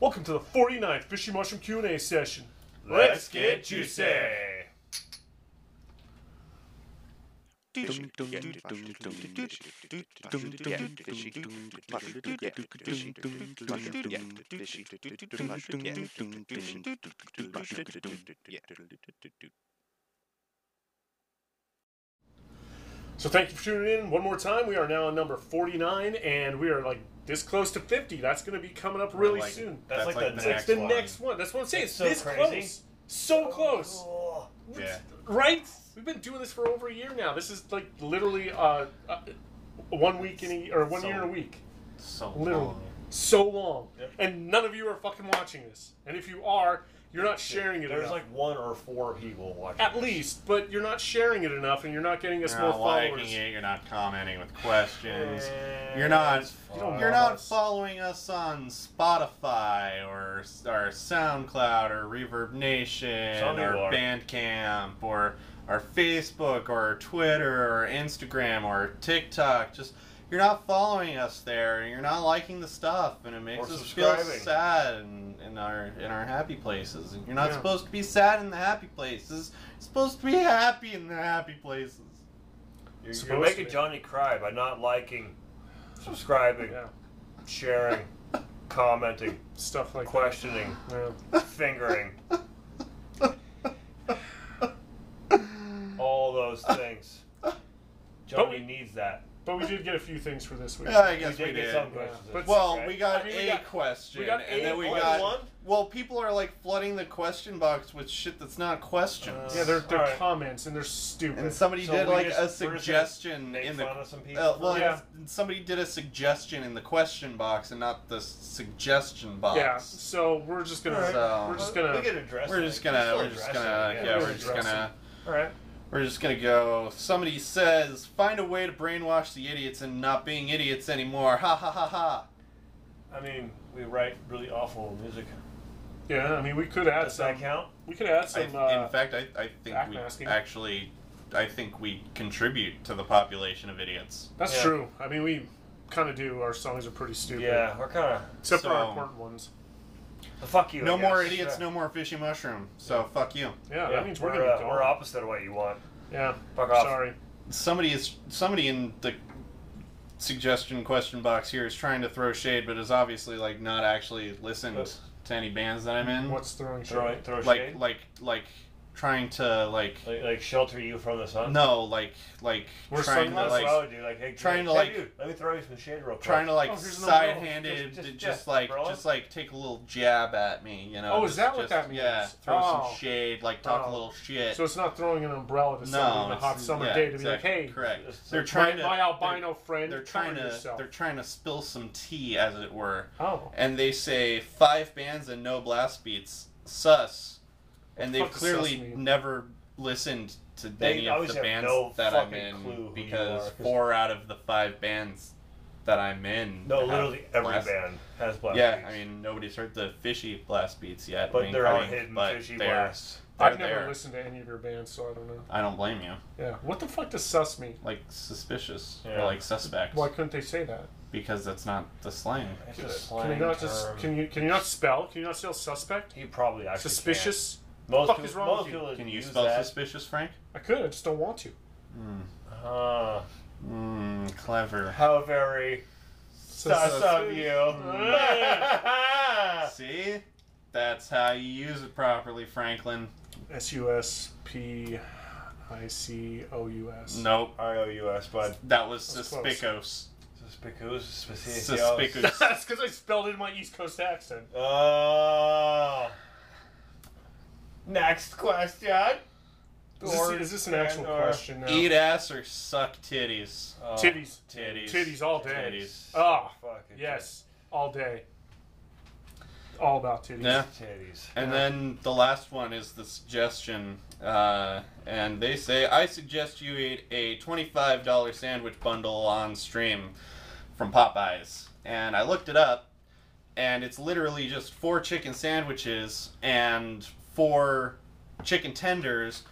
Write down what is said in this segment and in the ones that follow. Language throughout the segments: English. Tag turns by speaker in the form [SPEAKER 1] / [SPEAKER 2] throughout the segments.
[SPEAKER 1] Welcome to the 49th Fishy Mushroom Q&A session.
[SPEAKER 2] Let's get juicy.
[SPEAKER 1] So thank you for tuning in one more time. We are now on number 49 and we are like this close to 50. That's going to be coming up really
[SPEAKER 2] Like,
[SPEAKER 1] soon.
[SPEAKER 2] That's, like, the,
[SPEAKER 1] That's
[SPEAKER 2] next
[SPEAKER 1] the
[SPEAKER 2] one.
[SPEAKER 1] next one. That's what I'm saying.
[SPEAKER 3] That's so
[SPEAKER 1] this
[SPEAKER 3] crazy.
[SPEAKER 1] close. So close.
[SPEAKER 2] Yeah.
[SPEAKER 1] Right? We've been doing this for over a year now. This is like literally uh, uh, one week in a or one
[SPEAKER 3] So-
[SPEAKER 1] year in a week.
[SPEAKER 3] So
[SPEAKER 1] Literally.
[SPEAKER 3] long.
[SPEAKER 1] So long.
[SPEAKER 3] Yep.
[SPEAKER 1] And none of you are fucking watching this. And if you are, you're not sharing it
[SPEAKER 3] There's
[SPEAKER 1] enough.
[SPEAKER 3] like one or four people watching.
[SPEAKER 1] At least, but you're not sharing it enough and you're not getting us
[SPEAKER 2] You're
[SPEAKER 1] more
[SPEAKER 2] not liking
[SPEAKER 1] followers.
[SPEAKER 2] it. You're not commenting with questions. You're not.
[SPEAKER 1] You don't
[SPEAKER 2] You're
[SPEAKER 1] love
[SPEAKER 2] not
[SPEAKER 1] us.
[SPEAKER 2] following us on Spotify or our SoundCloud or Reverb Nation
[SPEAKER 3] Some you
[SPEAKER 2] or
[SPEAKER 3] are.
[SPEAKER 2] Bandcamp or our Facebook or Twitter or Instagram or TikTok. Just you're not following us there. and You're not liking the stuff, and it makes
[SPEAKER 3] Or
[SPEAKER 2] us feel
[SPEAKER 3] subscribing.
[SPEAKER 2] sad in, in our in our happy places. And You're not
[SPEAKER 1] Yeah.
[SPEAKER 2] supposed to be sad in the happy places. You're supposed to be happy in the happy places.
[SPEAKER 3] You're, you're
[SPEAKER 1] Supposed to
[SPEAKER 3] making
[SPEAKER 1] be.
[SPEAKER 3] Johnny cry by not liking, subscribing,
[SPEAKER 1] Yeah,
[SPEAKER 3] sharing, commenting,
[SPEAKER 1] stuff like
[SPEAKER 3] questioning,
[SPEAKER 1] that.
[SPEAKER 3] fingering, all those things. Johnny
[SPEAKER 1] we-
[SPEAKER 3] needs that.
[SPEAKER 1] But we did get a few things for this week.
[SPEAKER 2] Yeah, I guess
[SPEAKER 3] you
[SPEAKER 2] we
[SPEAKER 3] did get
[SPEAKER 2] did.
[SPEAKER 3] some
[SPEAKER 1] Yeah.
[SPEAKER 3] questions.
[SPEAKER 1] But-
[SPEAKER 2] Well,
[SPEAKER 3] Okay.
[SPEAKER 2] we got
[SPEAKER 1] I mean, we
[SPEAKER 2] a
[SPEAKER 1] got-
[SPEAKER 2] question,
[SPEAKER 1] we got
[SPEAKER 2] and
[SPEAKER 1] a-
[SPEAKER 2] then we
[SPEAKER 1] only
[SPEAKER 2] got
[SPEAKER 3] one?
[SPEAKER 2] Well, people are like flooding the question box with shit that's not questions.
[SPEAKER 1] Yeah, they're, they're
[SPEAKER 3] Alright.
[SPEAKER 1] comments and they're stupid.
[SPEAKER 2] and somebody
[SPEAKER 3] Uh, So
[SPEAKER 2] did
[SPEAKER 3] we
[SPEAKER 2] like
[SPEAKER 3] just-
[SPEAKER 2] a
[SPEAKER 3] we're just gonna
[SPEAKER 2] suggestion
[SPEAKER 3] Make
[SPEAKER 2] in the.
[SPEAKER 3] fun of some people.
[SPEAKER 2] Uh, well,
[SPEAKER 1] Yeah.
[SPEAKER 2] it's- somebody did a suggestion in the question box and not the suggestion
[SPEAKER 1] yeah,
[SPEAKER 2] box.
[SPEAKER 1] so we're just gonna
[SPEAKER 3] Alright.
[SPEAKER 2] So-
[SPEAKER 1] we're just gonna
[SPEAKER 3] We can address.
[SPEAKER 2] We're
[SPEAKER 3] it.
[SPEAKER 2] just gonna.
[SPEAKER 3] still
[SPEAKER 2] We're just
[SPEAKER 3] address
[SPEAKER 2] gonna.
[SPEAKER 3] it,
[SPEAKER 2] Yeah,
[SPEAKER 1] We're
[SPEAKER 2] we're just
[SPEAKER 1] addressing
[SPEAKER 2] gonna.
[SPEAKER 3] All right.
[SPEAKER 2] We're just gonna go. Somebody says, "Find a way to brainwash the idiots and not being idiots anymore." Ha ha ha ha.
[SPEAKER 3] I mean, we write really awful music.
[SPEAKER 1] yeah. I mean, we could add
[SPEAKER 3] Does that
[SPEAKER 1] some.
[SPEAKER 3] count?
[SPEAKER 1] We could add
[SPEAKER 2] I,
[SPEAKER 1] some. uh,
[SPEAKER 2] in fact, I, I think
[SPEAKER 1] back
[SPEAKER 2] we
[SPEAKER 1] masking.
[SPEAKER 2] actually, I think we contribute to the population of idiots.
[SPEAKER 1] that's
[SPEAKER 3] yeah.
[SPEAKER 1] true. I mean, we kind of do. Our songs are pretty stupid.
[SPEAKER 3] Yeah, we're kind
[SPEAKER 1] Except for our
[SPEAKER 2] So-
[SPEAKER 1] important ones.
[SPEAKER 3] of fuck you. I
[SPEAKER 2] No more
[SPEAKER 3] guess.
[SPEAKER 2] idiots,
[SPEAKER 3] Yeah.
[SPEAKER 2] no more fishy mushroom. So fuck you.
[SPEAKER 1] Yeah,
[SPEAKER 3] Yeah,
[SPEAKER 1] that means we're,
[SPEAKER 3] we're,
[SPEAKER 1] gonna
[SPEAKER 3] uh,
[SPEAKER 1] be gone.
[SPEAKER 3] we're opposite of what you want.
[SPEAKER 1] Yeah.
[SPEAKER 3] Fuck off.
[SPEAKER 1] Sorry.
[SPEAKER 2] Mm-hmm. Somebody is somebody in the suggestion question box here is trying to throw shade, but is obviously like not actually listened
[SPEAKER 3] Yes.
[SPEAKER 2] to any bands that I'm in.
[SPEAKER 1] What's throwing shit?
[SPEAKER 3] Throw, throw
[SPEAKER 2] like
[SPEAKER 3] shade.
[SPEAKER 2] like like trying to like
[SPEAKER 3] Like, like shelter you from the sun.
[SPEAKER 2] no like like
[SPEAKER 1] We're
[SPEAKER 2] trying to
[SPEAKER 1] sunglasses
[SPEAKER 3] that's
[SPEAKER 2] like
[SPEAKER 3] what I would do. Like, hey,
[SPEAKER 2] trying to,
[SPEAKER 3] hey,
[SPEAKER 2] like-
[SPEAKER 3] dude, let me throw you some shade real quick.
[SPEAKER 2] trying to like
[SPEAKER 1] Oh, here's an umbrella.
[SPEAKER 2] side handed
[SPEAKER 3] Just-
[SPEAKER 2] just,
[SPEAKER 3] just- yeah,
[SPEAKER 2] like
[SPEAKER 3] umbrella.
[SPEAKER 2] just like take a little jab at me, you know.
[SPEAKER 1] Oh, is
[SPEAKER 2] just,
[SPEAKER 1] that what
[SPEAKER 2] just-
[SPEAKER 1] that means?
[SPEAKER 2] Yeah, throw
[SPEAKER 1] Oh.
[SPEAKER 2] some shade, like talk
[SPEAKER 1] Oh.
[SPEAKER 2] a little shit.
[SPEAKER 1] So it's not throwing an umbrella to somebody on a
[SPEAKER 2] it's-
[SPEAKER 1] hot summer
[SPEAKER 2] yeah,
[SPEAKER 1] day to
[SPEAKER 2] exactly,
[SPEAKER 1] be like, hey,
[SPEAKER 2] correct.
[SPEAKER 3] Just-
[SPEAKER 2] They're
[SPEAKER 3] my-
[SPEAKER 2] trying
[SPEAKER 1] my,
[SPEAKER 2] to
[SPEAKER 1] my
[SPEAKER 2] they're-
[SPEAKER 1] albino friend,
[SPEAKER 2] They're,
[SPEAKER 1] cover
[SPEAKER 2] trying to
[SPEAKER 1] yourself.
[SPEAKER 2] they're trying to spill some tea, as it were,
[SPEAKER 1] oh.
[SPEAKER 2] and they say five bands and no blast beats, sus, and
[SPEAKER 1] the
[SPEAKER 2] they've
[SPEAKER 1] fuck does sus
[SPEAKER 2] clearly
[SPEAKER 1] mean?
[SPEAKER 2] never listened to
[SPEAKER 3] They
[SPEAKER 2] any of the
[SPEAKER 3] obviously have
[SPEAKER 2] bands
[SPEAKER 3] no
[SPEAKER 2] that I'm
[SPEAKER 3] fucking clue who you
[SPEAKER 2] in because
[SPEAKER 3] are, 'cause-
[SPEAKER 2] four out of the five bands that I'm in
[SPEAKER 3] No,
[SPEAKER 2] have
[SPEAKER 3] literally every
[SPEAKER 2] blast
[SPEAKER 3] band has blast.
[SPEAKER 2] yeah,
[SPEAKER 3] beats.
[SPEAKER 2] I mean nobody's heard the fishy blast beats yet.
[SPEAKER 3] but
[SPEAKER 2] wink,
[SPEAKER 3] there are
[SPEAKER 2] wink,
[SPEAKER 3] hidden
[SPEAKER 2] but
[SPEAKER 3] fishy
[SPEAKER 2] they're-
[SPEAKER 3] blasts.
[SPEAKER 2] they're
[SPEAKER 1] I've never
[SPEAKER 2] there.
[SPEAKER 1] listened to any of your bands, so I don't know.
[SPEAKER 2] I don't blame you.
[SPEAKER 1] Yeah. What the fuck does sus mean?
[SPEAKER 2] Like suspicious
[SPEAKER 3] Yeah.
[SPEAKER 2] or like suspect
[SPEAKER 1] Why couldn't they say that?
[SPEAKER 2] because that's not the slang.
[SPEAKER 3] It's
[SPEAKER 2] to
[SPEAKER 3] a
[SPEAKER 2] it.
[SPEAKER 1] Can
[SPEAKER 3] slang
[SPEAKER 1] you not just
[SPEAKER 3] term.
[SPEAKER 1] can you can you not spell? Can you not spell suspect?
[SPEAKER 3] He probably actually
[SPEAKER 1] Suspicious?
[SPEAKER 3] Can. Most
[SPEAKER 1] Fuck
[SPEAKER 3] people,
[SPEAKER 1] is wrong
[SPEAKER 3] most
[SPEAKER 1] with you?
[SPEAKER 3] people
[SPEAKER 2] Can you
[SPEAKER 3] use
[SPEAKER 2] spell
[SPEAKER 3] that.
[SPEAKER 2] suspicious, Frank?
[SPEAKER 1] I could, I just don't want to.
[SPEAKER 3] Uh,
[SPEAKER 2] Mmm, clever.
[SPEAKER 3] how very sus of you.
[SPEAKER 2] See, that's how you use it properly, Franklin.
[SPEAKER 1] S U S P I C O U S.
[SPEAKER 2] Nope,
[SPEAKER 3] R O U S, bud.
[SPEAKER 2] that was
[SPEAKER 1] That's close.
[SPEAKER 2] suspicious.
[SPEAKER 3] Suspicious. Suspicious.
[SPEAKER 2] Suspicious.
[SPEAKER 1] That's because I spelled it in my East Coast accent.
[SPEAKER 3] Oh. Next question.
[SPEAKER 1] Is this, is this an actual
[SPEAKER 3] and or-
[SPEAKER 1] question now?
[SPEAKER 2] Eat ass or suck titties.
[SPEAKER 3] Oh,
[SPEAKER 1] Titties.
[SPEAKER 2] Titties.
[SPEAKER 1] Titties all day.
[SPEAKER 2] Titties.
[SPEAKER 1] Oh,
[SPEAKER 3] Fucking
[SPEAKER 1] yes. All day. All about titties.
[SPEAKER 2] Yeah.
[SPEAKER 3] Titties.
[SPEAKER 2] And then the last one is the suggestion. Uh, and they say, I suggest you eat a $25 sandwich bundle on stream from Popeyes. And I looked it up, and it's literally just four chicken sandwiches and four chicken tenders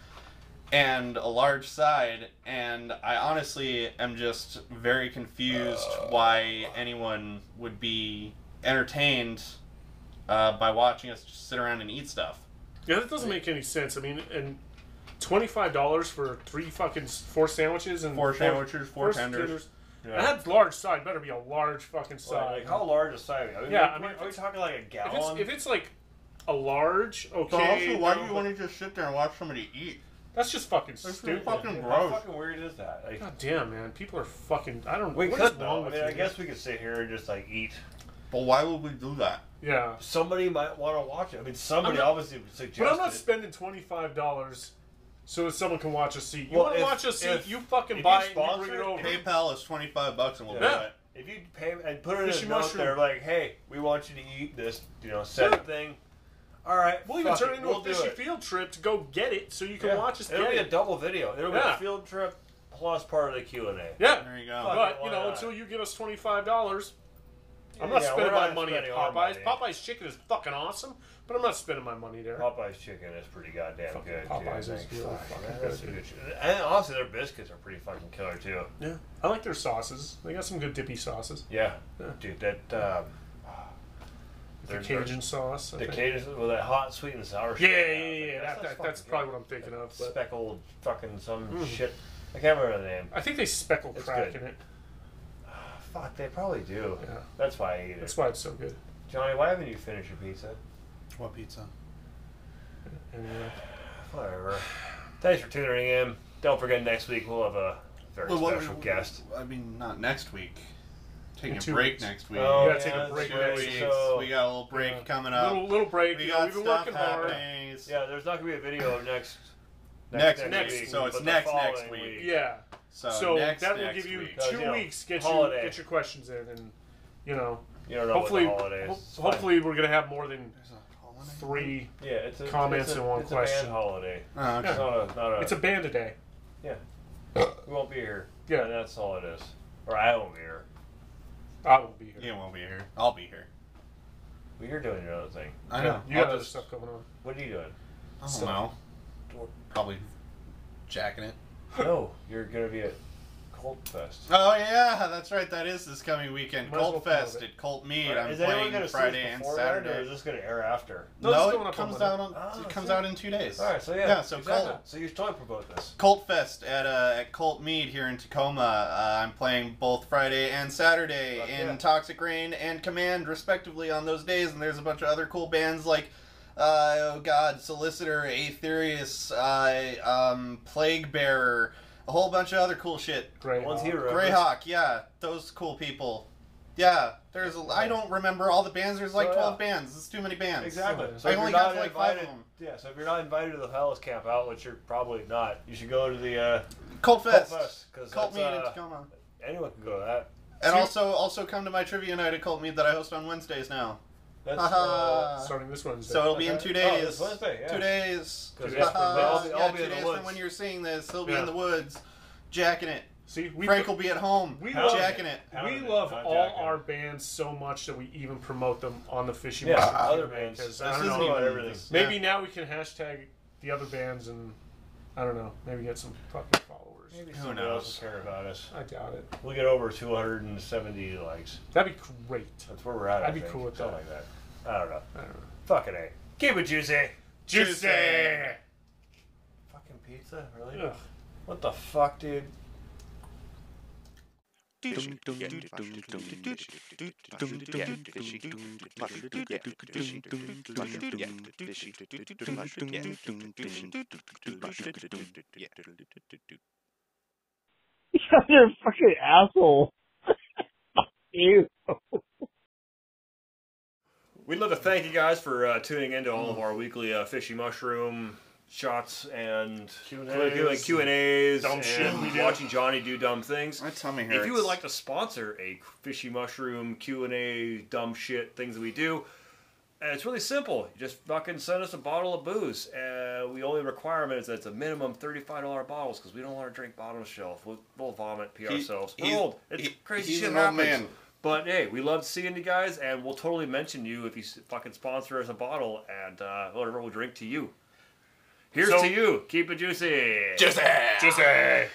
[SPEAKER 2] and a large side. And I honestly am just very confused why anyone would be entertained uh, by watching us just sit around and eat stuff.
[SPEAKER 1] Yeah, that doesn't make any sense. I mean, and twenty five dollars for three fucking s- four sandwiches and
[SPEAKER 2] Four sandwiches, four
[SPEAKER 1] first
[SPEAKER 2] tenders.
[SPEAKER 1] And that large side better be a large fucking side.
[SPEAKER 3] Like, how large is side? I mean,
[SPEAKER 1] Yeah,
[SPEAKER 3] yeah,
[SPEAKER 1] I mean,
[SPEAKER 3] are we talking like a
[SPEAKER 1] if, it's,
[SPEAKER 3] gallon?
[SPEAKER 1] if it's like a large, okay.
[SPEAKER 2] But also, why do
[SPEAKER 1] no,
[SPEAKER 2] you want to just sit there and watch somebody eat?
[SPEAKER 1] That's just fucking
[SPEAKER 2] That's
[SPEAKER 1] stupid.
[SPEAKER 2] fucking
[SPEAKER 3] Like,
[SPEAKER 2] gross.
[SPEAKER 3] How fucking weird is that? Like,
[SPEAKER 1] God damn, man. People are fucking. I don't.
[SPEAKER 3] we
[SPEAKER 1] what is
[SPEAKER 3] could
[SPEAKER 1] wrong
[SPEAKER 3] though. I
[SPEAKER 1] with
[SPEAKER 3] mean,
[SPEAKER 1] you?
[SPEAKER 3] I guess we could sit here and just like eat.
[SPEAKER 2] But why would we do that?
[SPEAKER 1] Yeah.
[SPEAKER 3] Somebody might want to watch it. I mean, somebody
[SPEAKER 1] I'm not-
[SPEAKER 3] obviously would suggest
[SPEAKER 1] But I'm not
[SPEAKER 3] it.
[SPEAKER 1] spending twenty five dollars so that someone can watch a seat. You
[SPEAKER 3] Well,
[SPEAKER 1] want to
[SPEAKER 3] if-
[SPEAKER 1] watch a seat?
[SPEAKER 3] if-
[SPEAKER 1] you
[SPEAKER 3] if
[SPEAKER 1] fucking
[SPEAKER 3] you
[SPEAKER 1] buy it. And you
[SPEAKER 3] sponsor
[SPEAKER 1] bring it
[SPEAKER 3] it,
[SPEAKER 1] over.
[SPEAKER 2] PayPal is twenty five bucks and we'll do
[SPEAKER 1] Yeah.
[SPEAKER 2] it.
[SPEAKER 3] If you pay and put it
[SPEAKER 1] Fishy
[SPEAKER 3] in a note
[SPEAKER 1] mushroom.
[SPEAKER 3] there, like, hey, we want you to eat this, you know, said
[SPEAKER 1] Yeah.
[SPEAKER 3] thing. All right,
[SPEAKER 1] We'll even
[SPEAKER 3] fuck
[SPEAKER 1] turn
[SPEAKER 3] it,
[SPEAKER 1] it into
[SPEAKER 3] we'll
[SPEAKER 1] a
[SPEAKER 3] do
[SPEAKER 1] fishy
[SPEAKER 3] it.
[SPEAKER 1] field trip to go get it, so you can
[SPEAKER 3] Yeah.
[SPEAKER 1] watch us
[SPEAKER 3] It'll
[SPEAKER 1] get
[SPEAKER 3] be
[SPEAKER 1] it.
[SPEAKER 3] a double video. It'll be
[SPEAKER 1] Yeah.
[SPEAKER 3] a field trip plus part of the Q and A.
[SPEAKER 1] yeah.
[SPEAKER 2] There you go.
[SPEAKER 3] Fuck.
[SPEAKER 1] But
[SPEAKER 3] Why
[SPEAKER 1] you know,
[SPEAKER 3] not?
[SPEAKER 1] until you give us twenty five dollars, I'm not
[SPEAKER 3] Yeah,
[SPEAKER 1] spending
[SPEAKER 3] we're
[SPEAKER 1] my
[SPEAKER 3] not
[SPEAKER 1] money
[SPEAKER 3] spending
[SPEAKER 1] at
[SPEAKER 3] our
[SPEAKER 1] Popeyes.
[SPEAKER 3] money.
[SPEAKER 1] Popeyes chicken is fucking awesome, but I'm not spending my money there.
[SPEAKER 3] Popeye's chicken is pretty goddamn
[SPEAKER 1] Fucking
[SPEAKER 3] good.
[SPEAKER 1] Popeyes is
[SPEAKER 3] dude. Like,
[SPEAKER 1] really
[SPEAKER 3] fuck,
[SPEAKER 1] fucking
[SPEAKER 3] that's
[SPEAKER 1] good,
[SPEAKER 3] a good shit. And honestly, their biscuits are pretty fucking killer too.
[SPEAKER 1] Yeah, I like their sauces. They got some good dippy sauces.
[SPEAKER 3] Yeah,
[SPEAKER 1] Yeah.
[SPEAKER 3] dude, that um,
[SPEAKER 1] The
[SPEAKER 3] They're-
[SPEAKER 1] Cajun sauce. I
[SPEAKER 3] the
[SPEAKER 1] think.
[SPEAKER 3] cadence with that hot, sweet, and sour.
[SPEAKER 1] Yeah,
[SPEAKER 3] shit.
[SPEAKER 1] yeah,
[SPEAKER 3] I was
[SPEAKER 1] yeah.
[SPEAKER 3] like,
[SPEAKER 1] yeah. That, that,
[SPEAKER 3] fucking
[SPEAKER 1] that's probably
[SPEAKER 3] good.
[SPEAKER 1] what I'm Mm. thinking of. But
[SPEAKER 3] speckled fucking some shit. I can't remember the name.
[SPEAKER 1] I think they speckle
[SPEAKER 3] It's
[SPEAKER 1] crack
[SPEAKER 3] good.
[SPEAKER 1] in it.
[SPEAKER 3] Fuck, they probably do.
[SPEAKER 1] Yeah.
[SPEAKER 3] That's why I ate it.
[SPEAKER 1] That's why it's so good.
[SPEAKER 3] Johnny, why haven't you finished your pizza?
[SPEAKER 2] What pizza?
[SPEAKER 1] And, uh,
[SPEAKER 3] Whatever. Thanks for tuning in. Don't forget next week we'll have a very
[SPEAKER 2] Well, what-
[SPEAKER 3] special guest.
[SPEAKER 2] I mean, not next week. Taking
[SPEAKER 1] In
[SPEAKER 2] a
[SPEAKER 1] two
[SPEAKER 2] break
[SPEAKER 1] weeks.
[SPEAKER 2] next week.
[SPEAKER 1] Oh, gotta take a
[SPEAKER 3] that's
[SPEAKER 1] break
[SPEAKER 2] Two
[SPEAKER 3] true.
[SPEAKER 1] next
[SPEAKER 2] weeks.
[SPEAKER 3] So,
[SPEAKER 2] we got a little break
[SPEAKER 1] yeah.
[SPEAKER 2] coming
[SPEAKER 3] uh,
[SPEAKER 2] up.
[SPEAKER 1] Little, little break.
[SPEAKER 2] we
[SPEAKER 1] you know,
[SPEAKER 2] got
[SPEAKER 1] we've been
[SPEAKER 2] stuff
[SPEAKER 1] working hard.
[SPEAKER 2] happening.
[SPEAKER 3] yeah, there's not gonna be a video of next
[SPEAKER 2] Next week, so it's
[SPEAKER 3] but the
[SPEAKER 2] next next
[SPEAKER 3] following
[SPEAKER 2] week.
[SPEAKER 1] Yeah.
[SPEAKER 2] So,
[SPEAKER 1] so
[SPEAKER 2] Uh, next,
[SPEAKER 1] that will
[SPEAKER 2] next
[SPEAKER 1] give you
[SPEAKER 2] week.
[SPEAKER 3] Because,
[SPEAKER 1] two
[SPEAKER 3] you know,
[SPEAKER 1] weeks. Get
[SPEAKER 3] holiday.
[SPEAKER 1] you get your questions in, and you know,
[SPEAKER 3] You don't know
[SPEAKER 1] hopefully,
[SPEAKER 3] what the holidays.
[SPEAKER 1] ho-
[SPEAKER 3] It's fine.
[SPEAKER 1] hopefully we're gonna have more than
[SPEAKER 2] There's a holiday?
[SPEAKER 1] three.
[SPEAKER 3] yeah, it's a,
[SPEAKER 1] comments
[SPEAKER 3] it's a,
[SPEAKER 1] and one
[SPEAKER 3] it's A
[SPEAKER 1] question.
[SPEAKER 3] band holiday.
[SPEAKER 2] Oh, okay.
[SPEAKER 3] It's not a not a.
[SPEAKER 1] It's a band a day.
[SPEAKER 3] we won't be here.
[SPEAKER 1] Yeah.
[SPEAKER 3] and that's all it is. Or I won't be here.
[SPEAKER 1] I will be here.
[SPEAKER 2] You won't be here. I'll be here.
[SPEAKER 3] Well, you're doing your own thing.
[SPEAKER 2] I
[SPEAKER 1] Yeah,
[SPEAKER 2] know.
[SPEAKER 1] You got
[SPEAKER 2] I'll
[SPEAKER 1] other
[SPEAKER 2] just-
[SPEAKER 1] stuff going on.
[SPEAKER 3] What are you doing?
[SPEAKER 2] I don't
[SPEAKER 1] stuff.
[SPEAKER 2] know. Probably jacking it.
[SPEAKER 3] no, you're gonna be at Cold Fest.
[SPEAKER 2] Oh yeah, that's right. That is this coming weekend.
[SPEAKER 1] Might as well
[SPEAKER 2] Colt
[SPEAKER 1] promote
[SPEAKER 2] Fest
[SPEAKER 1] it.
[SPEAKER 2] at Colt Mead.
[SPEAKER 3] Alright,
[SPEAKER 2] I'm
[SPEAKER 3] is anyone
[SPEAKER 2] playing
[SPEAKER 3] gonna see
[SPEAKER 2] Friday
[SPEAKER 3] this
[SPEAKER 2] and
[SPEAKER 3] before that,
[SPEAKER 2] Saturday.
[SPEAKER 3] or is this gonna air after?
[SPEAKER 1] No,
[SPEAKER 2] No,
[SPEAKER 1] it's going
[SPEAKER 2] it
[SPEAKER 1] up
[SPEAKER 2] comes
[SPEAKER 1] on Monday.
[SPEAKER 2] out on
[SPEAKER 3] Oh,
[SPEAKER 2] it comes
[SPEAKER 3] see.
[SPEAKER 2] out in two days.
[SPEAKER 3] All right, so yeah,
[SPEAKER 2] Yeah, so
[SPEAKER 3] exactly.
[SPEAKER 2] Colt
[SPEAKER 3] So you should totally promote this.
[SPEAKER 2] Colt Fest at uh, at Colt Mead here in Tacoma. Uh, I'm playing both Friday and Saturday
[SPEAKER 3] Fuck
[SPEAKER 2] in
[SPEAKER 3] yeah.
[SPEAKER 2] Toxic Rain and Command, respectively, on those days. And there's a bunch of other cool bands like, uh, oh God, Solicitor, Aetherius, uh, um, Plague Bearer, a whole bunch of other cool shit.
[SPEAKER 1] Great.
[SPEAKER 3] One's
[SPEAKER 1] Hawk.
[SPEAKER 3] here,
[SPEAKER 2] Greyhawk, yeah, those cool people. Yeah, there's. A, I don't remember all the bands. There's like
[SPEAKER 3] So, Oh, yeah.
[SPEAKER 2] 12 bands. It's too many bands.
[SPEAKER 3] Exactly.
[SPEAKER 1] I
[SPEAKER 3] So if
[SPEAKER 2] only
[SPEAKER 3] you're
[SPEAKER 2] got
[SPEAKER 3] not
[SPEAKER 2] to, like, five
[SPEAKER 3] invited,
[SPEAKER 2] of them.
[SPEAKER 3] Yeah, so if you're not invited to the Hellas Camp out, which you're probably not, you should go to the uh,
[SPEAKER 2] Colt Fest.
[SPEAKER 3] Colt Fest, 'cause
[SPEAKER 2] Cult
[SPEAKER 3] that's,
[SPEAKER 2] Mead in
[SPEAKER 3] uh,
[SPEAKER 2] Tacoma.
[SPEAKER 3] anyone can go to that.
[SPEAKER 2] And
[SPEAKER 1] See-
[SPEAKER 2] also, also come to my trivia night at Cult Mead that I host on Wednesdays now.
[SPEAKER 3] That's uh,
[SPEAKER 2] Haha.
[SPEAKER 1] Uh, starting this Wednesday.
[SPEAKER 2] So it'll be in two
[SPEAKER 3] Oh,
[SPEAKER 2] days.
[SPEAKER 3] this Wednesday, yeah.
[SPEAKER 2] Two days.
[SPEAKER 3] Two days
[SPEAKER 2] Haha.
[SPEAKER 3] from now. I'll be- I'll
[SPEAKER 2] yeah,
[SPEAKER 3] be
[SPEAKER 2] two
[SPEAKER 3] in the
[SPEAKER 2] days
[SPEAKER 3] woods.
[SPEAKER 2] from when you're seeing this. He'll be
[SPEAKER 1] Yeah.
[SPEAKER 2] in the woods, jacking it.
[SPEAKER 1] See, we
[SPEAKER 2] Frank will be at home,
[SPEAKER 1] we love-
[SPEAKER 2] jacking it.
[SPEAKER 3] Pound
[SPEAKER 1] we
[SPEAKER 3] it,
[SPEAKER 1] love
[SPEAKER 3] not
[SPEAKER 1] all
[SPEAKER 3] Jack it.
[SPEAKER 1] our bands so much that we even promote them on the Fishy
[SPEAKER 3] Yeah,
[SPEAKER 1] Mushroom
[SPEAKER 3] other
[SPEAKER 1] Cafe,
[SPEAKER 3] bands.
[SPEAKER 1] 'cause
[SPEAKER 3] This
[SPEAKER 1] I don't
[SPEAKER 2] isn't
[SPEAKER 1] know.
[SPEAKER 3] know about
[SPEAKER 2] even-
[SPEAKER 3] everything.
[SPEAKER 2] this-
[SPEAKER 1] Maybe
[SPEAKER 2] yeah.
[SPEAKER 1] now we can hashtag the other bands and I don't know. Maybe get some fucking followers.
[SPEAKER 3] Maybe
[SPEAKER 2] Who
[SPEAKER 3] somebody else
[SPEAKER 2] knows?
[SPEAKER 3] will care about us.
[SPEAKER 1] I doubt it.
[SPEAKER 3] We'll get over 270 likes.
[SPEAKER 1] That'd be great.
[SPEAKER 3] That's where we're at. I
[SPEAKER 1] I'd be
[SPEAKER 3] think.
[SPEAKER 1] cool with
[SPEAKER 3] Something like that. I don't know.
[SPEAKER 1] I don't know.
[SPEAKER 3] Fucking a. Keep it juicy.
[SPEAKER 1] Juicy.
[SPEAKER 2] Juicy.
[SPEAKER 3] Fucking pizza, really?
[SPEAKER 1] Ugh.
[SPEAKER 3] What the fuck, dude?
[SPEAKER 4] Yeah.
[SPEAKER 5] You guys are fucking asshole. you.
[SPEAKER 3] We'd love to thank you guys for uh, tuning into all of our weekly uh, fishy mushroom shots and Q and A's, Q and A's,
[SPEAKER 1] Dumb shit we do.
[SPEAKER 3] watching Johnny do dumb things.
[SPEAKER 2] My tummy hurts.
[SPEAKER 3] If you would like to sponsor a fishy mushroom Q and A dumb shit things that we do, uh, it's really simple. You just fucking send us a bottle of booze. Uh, we only requirement is that it's a minimum thirty-five dollar bottles because we don't want to drink bottom shelf. We'll, we'll vomit, pee ourselves. We're
[SPEAKER 2] he's-
[SPEAKER 3] old. It's
[SPEAKER 2] he-
[SPEAKER 3] crazy
[SPEAKER 2] he's
[SPEAKER 3] shit
[SPEAKER 2] an old
[SPEAKER 3] happens.
[SPEAKER 2] man.
[SPEAKER 3] But hey, we love seeing you guys, and we'll totally mention you if you s- fucking sponsor us a bottle and uh, whatever we'll drink to you. Here's
[SPEAKER 1] So-
[SPEAKER 3] to you. Keep it juicy.
[SPEAKER 1] Juicy.